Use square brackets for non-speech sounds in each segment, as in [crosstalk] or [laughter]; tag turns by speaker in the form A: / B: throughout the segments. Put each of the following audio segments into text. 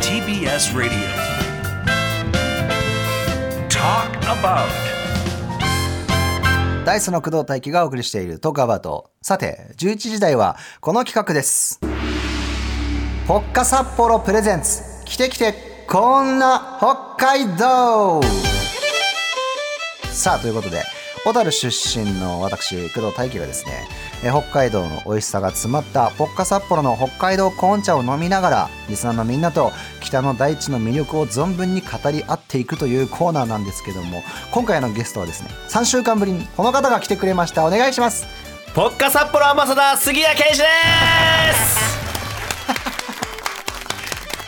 A: CBS Radio. Talk about
B: ダイスの工藤大輝がお送りしているトークアバート。さて、11時台はこの企画です。ポッカ札幌プレゼンツ。来て来て、こんな北海道さあ、ということで、小樽出身の私、工藤大輝がですね、えー北海道の美味しさが詰まったポッカ札幌の北海道コーン茶を飲みながら、リスナーのみんなと北の大地の魅力を存分に語り合っていくというコーナーなんですけども、今回のゲストはですね、3週間ぶりにこの方が来てくれました。お願いします。
C: ポッカ札幌アンバサダー杉谷拳士で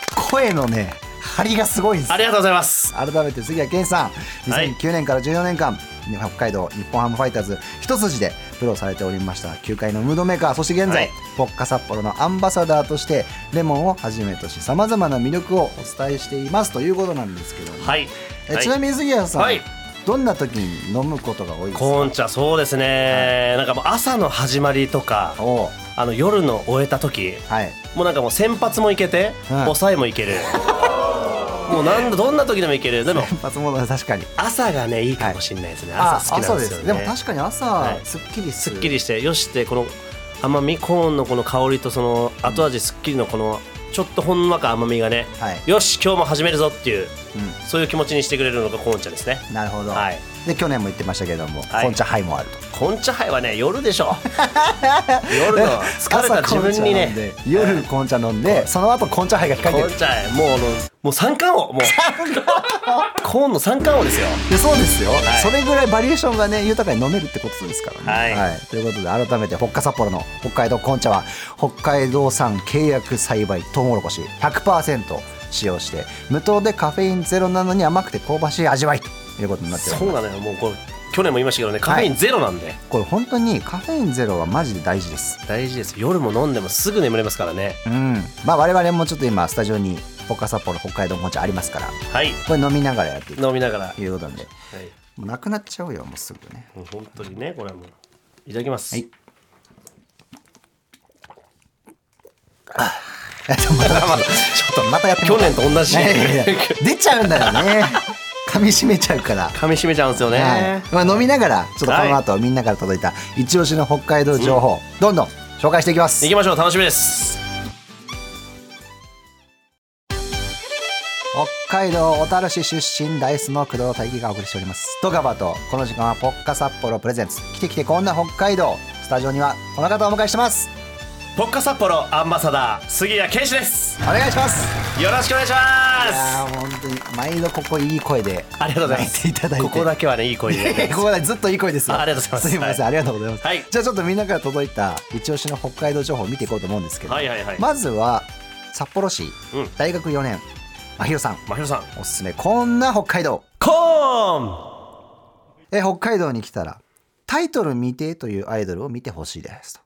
C: す
B: 声のね張りがすごいんです
C: ありがとうございます
B: 改めて杉谷健さん
C: はい
B: 2009年から14年間、北海道日本ハムファイターズ一筋でプロされておりました球界のムードメーカーそして現在、
C: はい
B: ポッカ札幌のアンバサダーとしてレモンをはじめとしさまざまな魅力をお伝えしていますということなんですけども、
C: はい
B: えちなみに杉谷さん、
C: はい
B: どんな時に飲むことが多いですか
C: コーン茶そうですね、なんかもう朝の始まりとか
B: おう
C: あの夜の終えた時
B: はい [laughs]
C: もうなんかもう先発もいけて、
B: うん
C: 抑えもい
B: [laughs]
C: けるもうなんだどんな時でもいけるでも
B: 一発もの確かに
C: 朝がねいいかもしれないですね、
B: あ
C: 朝好きなんですよね
B: 朝でも確かに朝
C: はい
B: すっきりす
C: すっ
B: る、
C: きりしてよしってこの甘みコーンのこの香りとその後味すっきりのこのちょっとほんわか甘みがね、
B: はい
C: よし今日も始めるぞっていう
B: うん
C: そういう気持ちにしてくれるのがコーン茶ですね
B: なるほど、
C: はい
B: で去年も言ってましたけども、
C: はい
B: コンチャハイもあると
C: コーン茶杯はね夜で [laughs] しょ夜の疲れた自分に
B: 朝コンチャ飲ん
C: ね
B: で夜コンチャ飲んで、その後コンチャハイが
C: コ
B: 控えてる
C: ーン茶杯もうあのもう三冠王もうコーンの三冠王ですよ
B: でそうですよ、
C: い
B: それぐらいバリエーションがね豊かに飲めるってことですからね、
C: はい
B: ということで改めて北海札幌の北海道コンチャは北海道産契約栽培トウモロコシ100%使用して無糖でカフェインゼロなのに甘くて香ばしい味わいということになっております
C: そうなのよもうこれ去年も言いましたけどねカフェインゼロなんで、
B: これ本当にカフェインゼロはマジで大事です
C: 大事です夜も飲んでもすぐ眠れますからね
B: うんまあ我々もちょっと今スタジオにポッカ札幌北海道紅茶ありますから
C: はい
B: これ飲みながらやっていく
C: 飲みながら、は
B: ということなんでも
C: い、
B: うなくなっちゃうよもうすぐね [laughs]
C: もう本当にねこれはもういただきます、
B: はいあまたまたちょっとまたやってみ
C: 去
B: よう
C: 年と同じ、
B: いやいやいや出ちゃうんだよね噛み締めちゃうから
C: 噛み締めちゃうんですよね、
B: はいまあ、飲みながらちょっとこの後、みんなから届いた一押しの北海道情報、どんどん紹介していきます
C: 行きましょう楽しみです
B: 北海道小樽市出身ダイスの工藤大輝がお送りしておりますトガバとこの時間はポッカ札幌プレゼンツ来て来てこんな北海道スタジオにはこの方をお迎えしてます
C: ポッカ札幌アンバサダー杉谷拳士です
B: お願いし
C: [laughs]
B: ます
C: よろしくお願いし
B: いや
C: ま
B: ー本当に毎度ここいい声です
C: ありがとうございます
B: 泣いていただいて
C: ここだけはねいい声で、
B: [laughs] いやここまでずっといい声ですよ
C: あありがとうございます
B: すいません、
C: は
B: ありがとうございます、
C: はい
B: じゃあちょっとみんなから届いた一押しの北海道情報を見ていこうと思うんですけど、
C: はいはいはい
B: まずは札幌市、
C: うん
B: 大学4年まひろさん
C: まひろさん
B: おすすめこんな北海道
C: コーン
B: え北海道に来たらタイトル未定というアイドルを見てほしいですと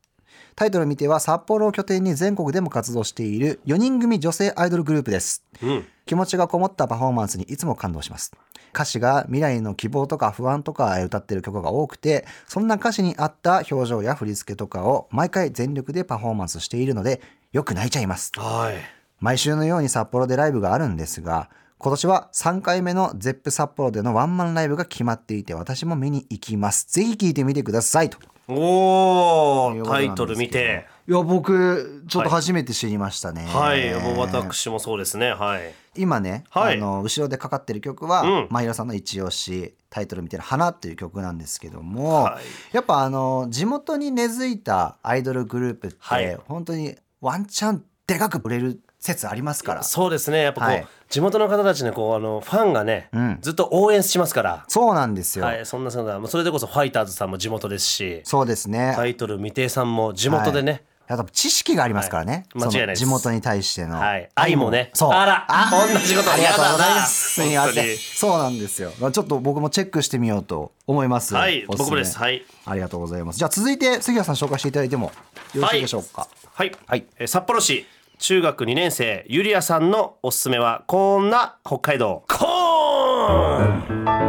B: タイトル未定は札幌を拠点に全国でも活動している4人組女性アイドルグループです
C: うん
B: 気持ちがこもったパフォーマンスにいつも感動します歌詞が未来の希望とか不安とか歌ってる曲が多くてそんな歌詞に合った表情や振り付けとかを毎回全力でパフォーマンスしているのでよく泣いちゃいます
C: はい
B: 毎週のように札幌でライブがあるんですが今年は3回目の ZEP 札幌でのワンマンライブが決まっていて私も見に行きますぜひ聴いてみてくださいと
C: お
B: い
C: ー
B: うこと
C: タ
B: なんですけど
C: イトル見て
B: いや僕ちょっと初めて知りましたね
C: はい、もう私もそうですねはい
B: 今ね、
C: はい
B: あの後ろでかかってる曲は、
C: うん
B: まひろさんの一押しタイトルみたいな「花」っていう曲なんですけども、
C: はい
B: やっぱあの地元に根付いたアイドルグループって、
C: はい
B: 本当にワンチャンでかく売れる説ありますからそ
C: そうですねやっぱこう、
B: はい
C: 地元の方たちねこうあのファンがね、
B: うん
C: ずっと応援しますから
B: うなんですよ、
C: はいそんなそんなもうそれでこそファイターズさんも地元ですし
B: そうですね、
C: タイトル未定さんも地元でね、
B: あと知識がありますからね、
C: はい間違いないです
B: その地元に対しての、
C: はい愛もね
B: そう
C: あら同じこと
B: ありがとう
C: やだ
B: ございま
C: な
B: すすみま
C: 本当
B: せん
C: に
B: そうなんですよちょっと僕もチェックしてみようと思います
C: はい
B: おすすめ
C: 僕もですはい
B: ありがとうございますじゃあ続いて杉谷さん紹介していただいてもよろしいでしょうか
C: はい、
B: はい
C: えー札幌市中学2年生ゆりやさんのおすすめはこんな北海道コーンえ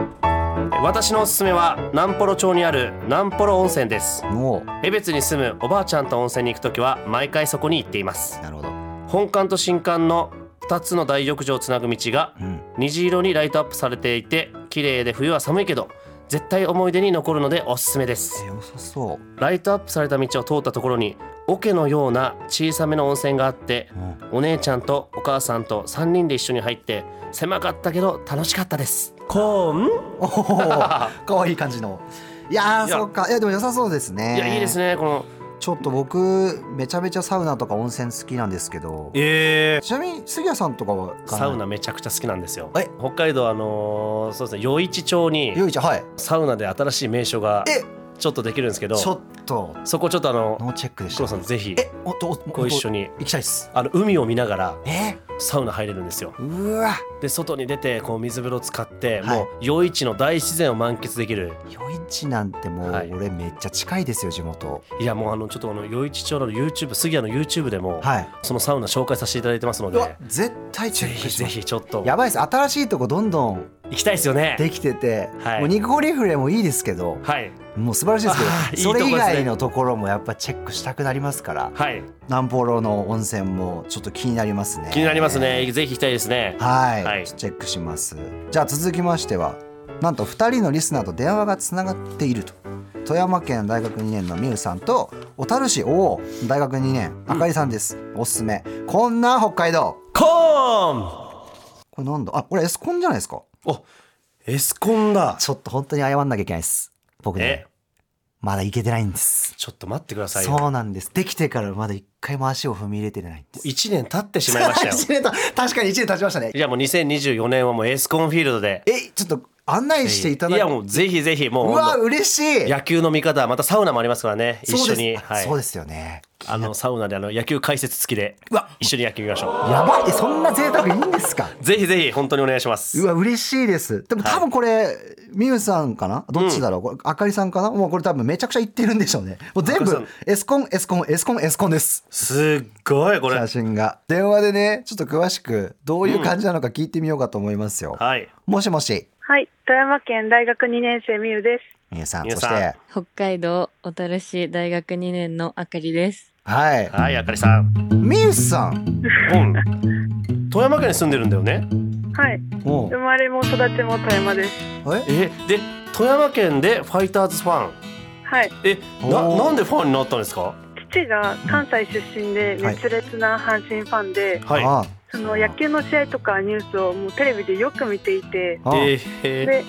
C: ー私のおすすめは南幌町にある南幌温泉です
B: も
C: 江別に住むおばあちゃんと温泉に行くときは毎回そこに行っています
B: うなるほど
C: 本館と新館の2つの大浴場をつなぐ道が
B: うん
C: 虹色にライトアップされていて綺麗で冬は寒いけど絶対思い出に残るのでおすすめです
B: え良さそう
C: ライトアップされた道を通ったところに桶のような小さめの温泉があって
B: うん
C: お姉ちゃんとお母さんと3人で一緒に入って狭かったけど楽しかったですコーン
B: おーかわいい感じのいやー
C: いや
B: そっかいやでも良さそうですね
C: いやいいですねこの
B: ちょっと僕めちゃめちゃサウナとか温泉好きなんですけど
C: え
B: ちなみに杉谷さんとかは
C: サウナめちゃくちゃ好きなんですよ
B: え
C: 北海道あのーそうですね余市町に
B: ゆいちゃんはい
C: サウナで新しい名所が
B: え
C: ちょっとできるんですけど
B: ちょっと
C: そこちょっとあの
B: ノーチェックでし
C: 黒
B: た
C: さんぜひ
B: えおっとおっと
C: ご一緒に
B: 行きたいっす
C: あの海を見ながら
B: え
C: サウナ入れるんですよ
B: うわ
C: で外に出てこう水風呂使って、
B: はい
C: もう夜市の大自然を満喫できる
B: 余市なんてもう
C: はい
B: 俺めっちゃ近いですよ地元
C: いやもうあのちょっとあの夜市町の YouTube 杉谷の YouTube でも、
B: はい
C: そのサウナ紹介させていただいてますの
B: うわ
C: で
B: 絶対チ
C: ぜ
B: ェック
C: ひ
B: し
C: ぜ
B: ます
C: ひちょっと
B: や
C: 行
B: ばいです新しいとこどんどん
C: きたいですよね
B: できてて
C: はい
B: もうニコリフレもいいですけど
C: はい
B: もう素晴らしいです
C: あーいい
B: けど
C: と
B: そ
C: こです
B: れ
C: ね
B: 以外のところもやっぱチェックしたくなりますから
C: はい
B: 南ポロの温泉もちょっと気になりますね
C: 気になりますね、ぜひ行きたいですね
B: はい、
C: はい
B: チェックしますじゃあ続きましてはなんと2人のリスナーと電話がつながっていると富山県大学2年のみゆさんと小樽市おお大学2年あかりさんです、おすすめこんな北海道
C: コーン
B: これなんだあこれエスコンじゃないですか
C: おエスコンだ
B: ちょっと本当に謝んなきゃいけないです僕
C: え
B: ねまだ行けてないんです
C: ちょっと待ってくださいよ
B: そうなんですできてからまだ一回も足を踏み入れてないんです
C: 1年経ってしまいましたよ
B: [laughs] 一年た確かに1年経ちましたね
C: じゃあもう2024年はもうエスコンフィールドで
B: えちょっと案内していただい
C: い
B: て
C: やもうぜひぜひもう
B: うわ嬉しい
C: 野球の見方またサウナもありますからね一緒に、
B: そうです,あ、
C: はい
B: そうですよね
C: あのサウナであの野球解説付きで
B: うわ
C: 一緒に野球見ましょ
B: やばいえそんな贅沢いいんですか
C: うぜひぜひ本当にお願いします
B: うわ嬉しいですでも多分これみゆさんかなどっちだろう、これあかりさんかなもうこれ多分めちゃくちゃ言ってるんでしょうねもう全
C: あか
B: 部
C: りさ
B: エスコンエスコンエスコンエスコンです
C: すっごいこれ
B: 写真が電話でねちょっと詳しくどういう感じなのか聞いてみようかと思いますよ、
C: はい
B: もしもし
D: はい、富山県大学2年生みゆです。
B: みゆさん
C: みゆ
B: そ
C: さん
B: して
E: 北海道小樽市大学2年のあかりです。
B: はい
C: はいあかりさん
B: みゆさん
C: うん富山県に住んでるんだよね
D: はい、
B: お
D: 生まれも育ちも富山です。
B: え
C: えで富山県でファイターズファン
D: はい、
C: えな
B: おー
C: なんでファンになったんですか
D: 父が関西出身で
B: はい
D: 熱烈な阪神ファンで、
C: はい
B: あ
D: その野球の試合とかニュースをもうテレビでよく見ていて、
B: あ
C: えー
D: で、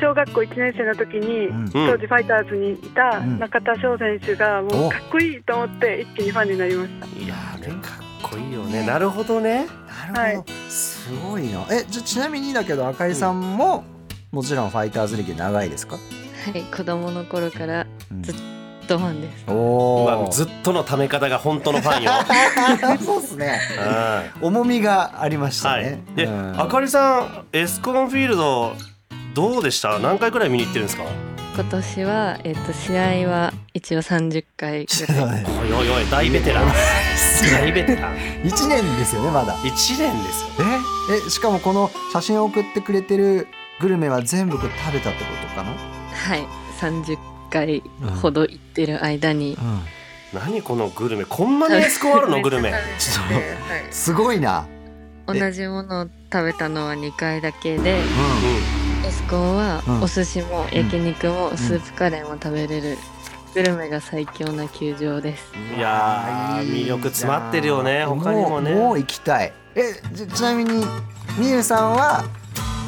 D: 小学校1年生の時に、
B: うん
C: うん
D: 当時ファイターズにいた
B: うん
D: 中田翔選手がも
B: お
D: うかっこいいと思って一気にファンになりました。
C: いやーねかっこいいよねなるほどね
B: なるほど、すごいなえじゃちなみにだけどあかりさんも、もちろんファイターズ歴長いですか、
E: はい、子供の頃から
B: うん
E: ずっドファンです。
B: お
C: う
B: お
C: わずっとのため方が本当のファン [laughs] よ
B: [laughs] そうですね
C: うん
B: 重みがありましたね、
C: はい。で、
B: うん
C: あかりさん、エスコンフィールド。どうでした何回くらい見に行ってるんですか
E: 今年はえっ、と試合は一応30回ぐらい。
B: そうね
C: おいおいおい大ベテラン [laughs] 大ベテ [laughs] ラン
B: 一年ですよねまだ
C: 1年ですよ
B: ええしかもこの写真を送ってくれてるグルメは全部これ食べたってことかな、
E: はい、30回ほど行ってる間に。
B: うん、
C: 何このグルメこんなにエスコンあるのグルメ
B: ちょっすごいな、
E: はい同じものを食べたのは2回だけで、エスコンは
B: うん
E: お寿司も焼肉もスープカレーも食べれるグルメが最強な球場です。
C: うんいやー魅力詰まってるよね
B: いいな
C: 他にもね
B: うう行きたいえじちなみにみゆさんは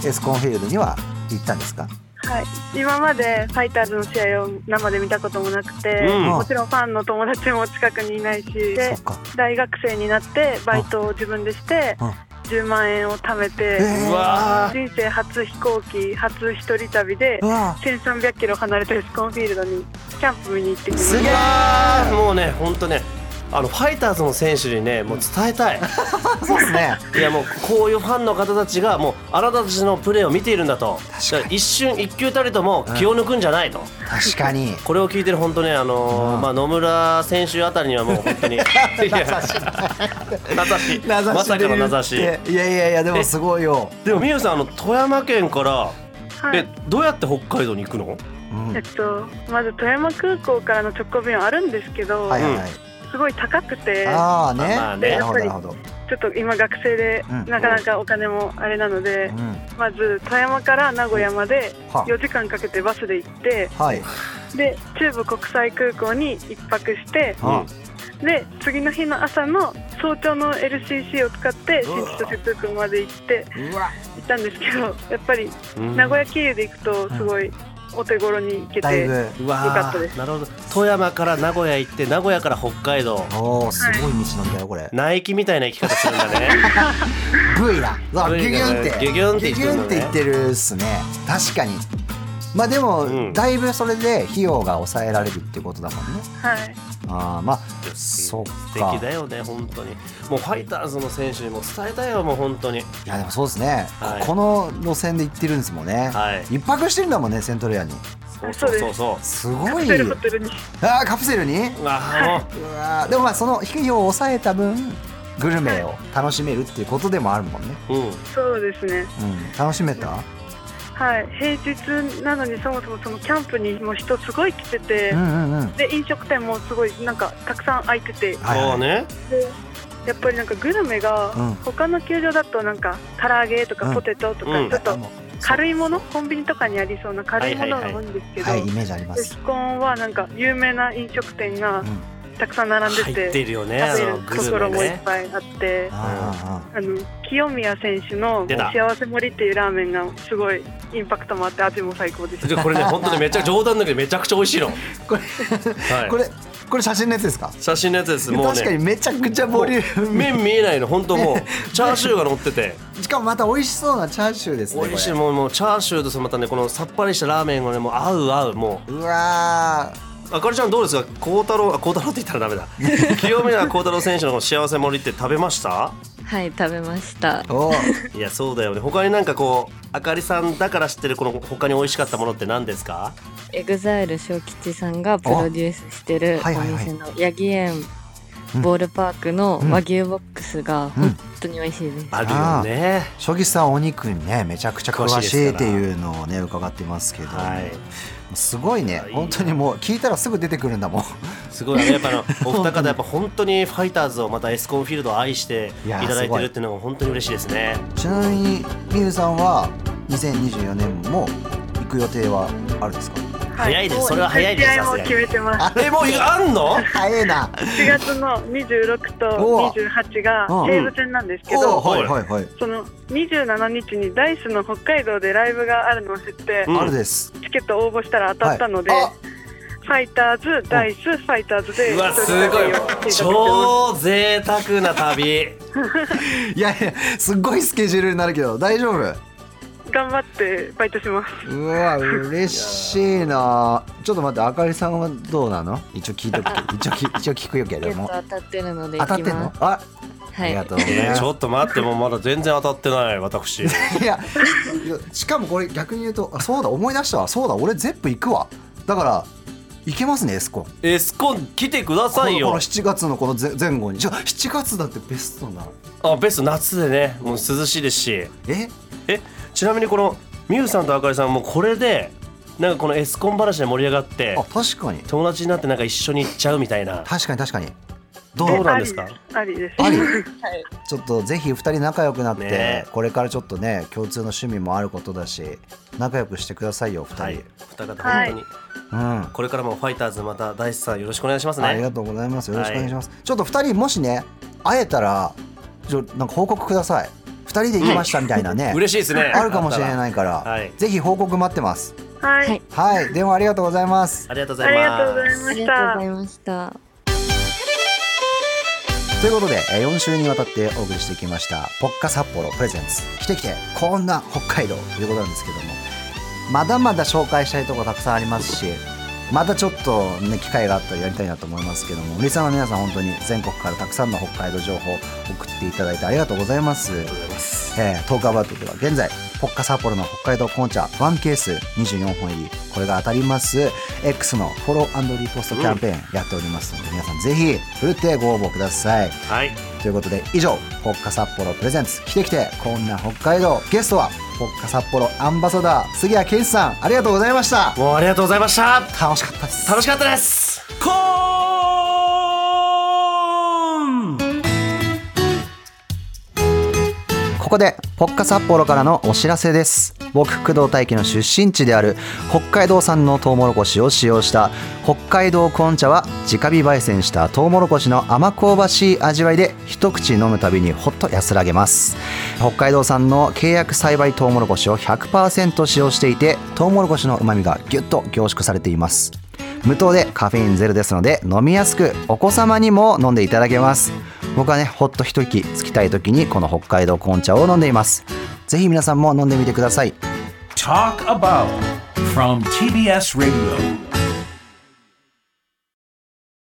B: エスコンフィールドには行ったんですか
D: はい、今までファイターズの試合を生で見たこともなくて、
C: うん
D: もちろんファンの友達も近くにいないし、
B: そ
D: で
B: っか
D: 大学生になってバイトを自分でして
B: うん
D: 10万円を貯めて
B: えー
C: うわ
D: 人生初飛行機初一人旅で
B: うわ
D: 1300キロ離れたエスコンフィールドにキャンプ見に行ってきま
B: げ
D: し
B: え
C: あーもうね本当ねあのファイターズの選手にねもう伝えたい
B: そうですね
C: いやもうこういうファンの方たちがもうあなたたちのプレーを見ているんだと
B: 確かに
C: だら一瞬一球たりとも気を抜くんじゃないと、
B: 確かに
C: これを聞いてる本当ね、あのー
B: うん
C: まあ、野村選手あたりにはもう本当
B: [laughs]
C: にいや名指し
B: 名指
C: まさかの名指
B: で言
C: し
B: っていやいやいやでもすごいよ、
C: でもみゆさんあの富山県から、
D: た、はい
C: えどうやって北海道に行くの
B: うん
D: えっと、まず富山空港からの直行便はあるんですけど、
B: はいはいはい、
D: すごい高くて
B: ああね,、
C: まあね
B: なるほどなるほど
D: ちょっと今学生で、
B: うん
D: なかなかお金もあれなので
B: う、ん
D: まず富山から名古屋まで
B: は
D: 4時間かけてバスで行って
B: はい
D: で中部国際空港に一泊して
B: は
D: で次の日の朝の早朝の LCC を使って新千歳空港まで行って
B: うわ
D: 行ったんですけどやっぱり
C: うん
D: 名古屋経由で行くとすごいお手頃に行け
B: だい
D: て、
B: ぶ
C: う
D: よか
C: わ
D: ったです
C: ーなるほど富山から名古屋行って名古屋から北海道
B: おおすごい道のりだよこれ
C: ナイキみたいな生き方するんだ
D: [laughs]
C: ね
B: V だうわギ
C: V
B: ュギュンって
C: ギュギュンって言ってるのね
B: ギュギュンって言ってるっすね確かにまあでも、
C: うん
B: だいぶそれで費用が抑えられるってことだもんね
D: はい、
B: ああまあ
C: 素
B: そっか
C: 敵だよね本当にもうファイターズの選手にも伝えたいよもう本当に
B: いやでもそうですね、
C: はい
B: ここの路線で行ってるんですもんね、
C: はい
B: 一泊してるんだもんねセントレアに
C: そうそうそうそ
B: すご
D: カプ
B: い
D: セルホテルに
B: あーカプセルに
C: うああ
B: うわーでもまあその費用を抑えた分グルメを楽しめるっていうことでもあるもんね、
C: もううん
D: そうですね
B: うん、楽しめた
D: はい平日なのにそもそもそのキャンプにも人すごい来てて、
B: うんうんうん
D: で飲食店もすごいなんかたくさん空いてて
B: はいはい
C: そうね
D: でやっぱりなんかグルメが
B: うん
D: 他の球場だとなんか唐揚げと
B: うん
D: かポテトと
C: う
D: か
C: ん
D: ちょっと
B: も
D: 軽いものコンビニとかにありそうな軽いものが多いんですけど
B: はいイメージありま
D: エ
B: す
D: スコンはなんか有名な飲食店が
B: うん
D: たくさん並んで
C: 入
D: て,、
C: ってるよねあ
D: 食べ
C: の
D: る
C: グ
D: ところ
C: ルメ
D: もいっ
C: ね
D: ぱいあって。
B: あ
D: あの清宮選手の
C: 出た
D: 幸せ盛りっていうラーメンがすごいインパクトもあって味も最高でした
C: じゃあこれね本当にめちゃくちゃ冗談だけどめちゃくちゃ美味しいの
B: これ
C: は
B: ー
C: い
B: これこれ写真のやつですか、
C: 写真のやつですもう
B: 確か
C: ね
B: にめちゃくちゃボリューム
C: 麺見えないの本当
B: [laughs]
C: もうチャーシューが乗ってて
B: しかもまた美味しそうなチャーシューですねこれ
C: 美味しいもうもうチャーシューとそのまたねこのさっぱりしたラーメンがねもう合う合うも
B: うわ
C: うあかりちゃんどうですか孝太郎あ孝太郎って言ったらダメだ清宮孝太郎選手の幸せ盛りって食べました
E: はい、食べました。
B: ーおー
C: いやそうだよね他になんかこうあかりさんだから知ってるこの他に美味しかったものって何ですか
E: エグザイル小吉さんがプロデュースしてる
B: あはい
E: お
B: はいはい
E: 店のヤギ園
B: うん
E: ボールパークの
B: うん
E: 和牛ボックスが
B: うん
E: 本当に美味しいです。
C: あるよね
B: 将棋さんはお肉にねめちゃくちゃ詳
C: 詳
B: し
C: し
B: い
C: い
B: っ
C: です
B: て
C: から
B: いうのをね伺ってますけど、
C: はい
B: すごいね
C: いい
B: 本当にもう聞いたらすぐ出てくるんだもん
C: すごいねやっぱあのお二方やっぱ本当にファイターズをまたエスコンフィールドを愛していただいてるっていうのが本当に嬉しいですね
B: ちなみにみゆさんは2024年も行く予定はあるんですか
C: 早いですそれは早いです
D: 試合
C: さ
D: も
C: すがに
D: 決めてます
C: えもういあんの
B: 早えな
D: 4月の26と28が
B: おう
D: 西武戦なんですけ
B: お
D: ど、
B: おはいはいはい、
D: その27日にダイスの北海道でライブがあるのを知って、
C: うん
B: あるです
D: チケット応募したら当たったので、
B: はい
D: ファイターズ、ダイス、ファイターズで
C: うわ
D: 一人
C: すごい
D: 旅を計画してま
C: 超贅沢な旅
B: いやいやすっごいスケジュールになるけど大丈夫
D: す頑張ってバイトします
B: うわ嬉しいなちょっと待ってあかりさんはどうなの一応聞いとく
E: [laughs]
B: け一応き一応聞くよけ
E: ゲ
B: れど
E: ッ
B: も
E: ト当たってるので
B: 当た
E: 行
B: っ
E: き
B: てんの
E: ます。
B: ああ
E: は
B: り
E: い
B: が。とうね、
C: えーちょっと待ってもうまだ全然当たってない私
B: いやいやしかもこれ逆に言うとあそうだ思い出したわそうだ俺ゼップ行くわだから行けますねエスコン
C: エスコン来てくだ
B: こ
C: さ
B: の
C: い
B: こ
C: よ
B: の7月のこの前前後にじゃあ7月だってベストな
C: あベスト夏でねもう涼しいですし
B: え
C: えちなみにこのみゆさんとあかりさんもうこれでなんかこのエスコン話で盛り上がって
B: あ確かに
C: 友達になってなんか一緒に行っちゃうみたいな
B: 確かに確かにど
C: どう
B: う
C: なんですか
D: ありです
B: あり
E: はい
B: ちょっとぜひ2人仲良くなって、
C: ね
B: これからちょっとね共通の趣味もあることだし仲良くしてくださいよ2人、
C: はいお二方
D: は
C: 本
D: い
C: 当に
B: うん
C: これからもファイターズまた大地さんよろしくお願いします
B: あり
C: ね
B: がとうございますよろしくお願いします、ちょっと2人もしね会えたらちょなんか報告ください2人で行きましたみたいなね、
C: 嬉しいですね
B: あるかもしれ
C: い
B: ないから、
C: はい
B: ぜひ報告待ってます。
D: はい、
E: はい
C: [laughs]
B: はい、電話ありがとうございます。
C: ありがとうご
D: あ
C: ざい
D: り
C: ます
D: がとうござい
E: あ
D: ま
E: り
D: し
E: がとう
D: た
E: ございました。
B: ということで、えー4週にわたってお送りしてきました、ポッカ札幌プレゼンツ、来て来て、こんな北海道ということなんですけども、まだまだ紹介したいところたくさんありますし、またちょっとね、機会があったらやりたいなと思いますけども、リスナーの皆さん、本当に全国からたくさんの北海道情報を送っていただいてありがとうございます。
C: ありがとうございます
B: えー、トークアバウトでは現在ポッカサッポロの北海道コーン茶ワンケース24本入りこれが当たります X のフォローリポストキャンペーンやっておりますので、皆さんぜひふるってご応募ください
C: はい
B: ということで以上ポッカサッポロプレゼンツ来て来てこんな北海道ゲストはポッカサッポロアンバサダー杉谷健一さんありがとうございました
C: もうありがとうございました
B: 楽しかったです
C: 楽しかったですコーン
B: こでポッカ札幌からのお知らせです僕工藤大輝の出身地である北海道産のトウモロコシを使用した北海道コーン茶は直火焙煎したトウモロコシの甘香ばしい味わいで一口飲むたびにほっと安らげます北海道産の契約栽培トウモロコシを100%使用していてトウモロコシの旨味がギュッと凝縮されています無糖でカフェインゼロですので飲みやすくお子様にも飲んでいただけます僕はねほっと一息つきたい時にこの北海道コーン茶を飲んでいますぜひ皆さんも飲んでみてください
A: Talk about from TBS Radio.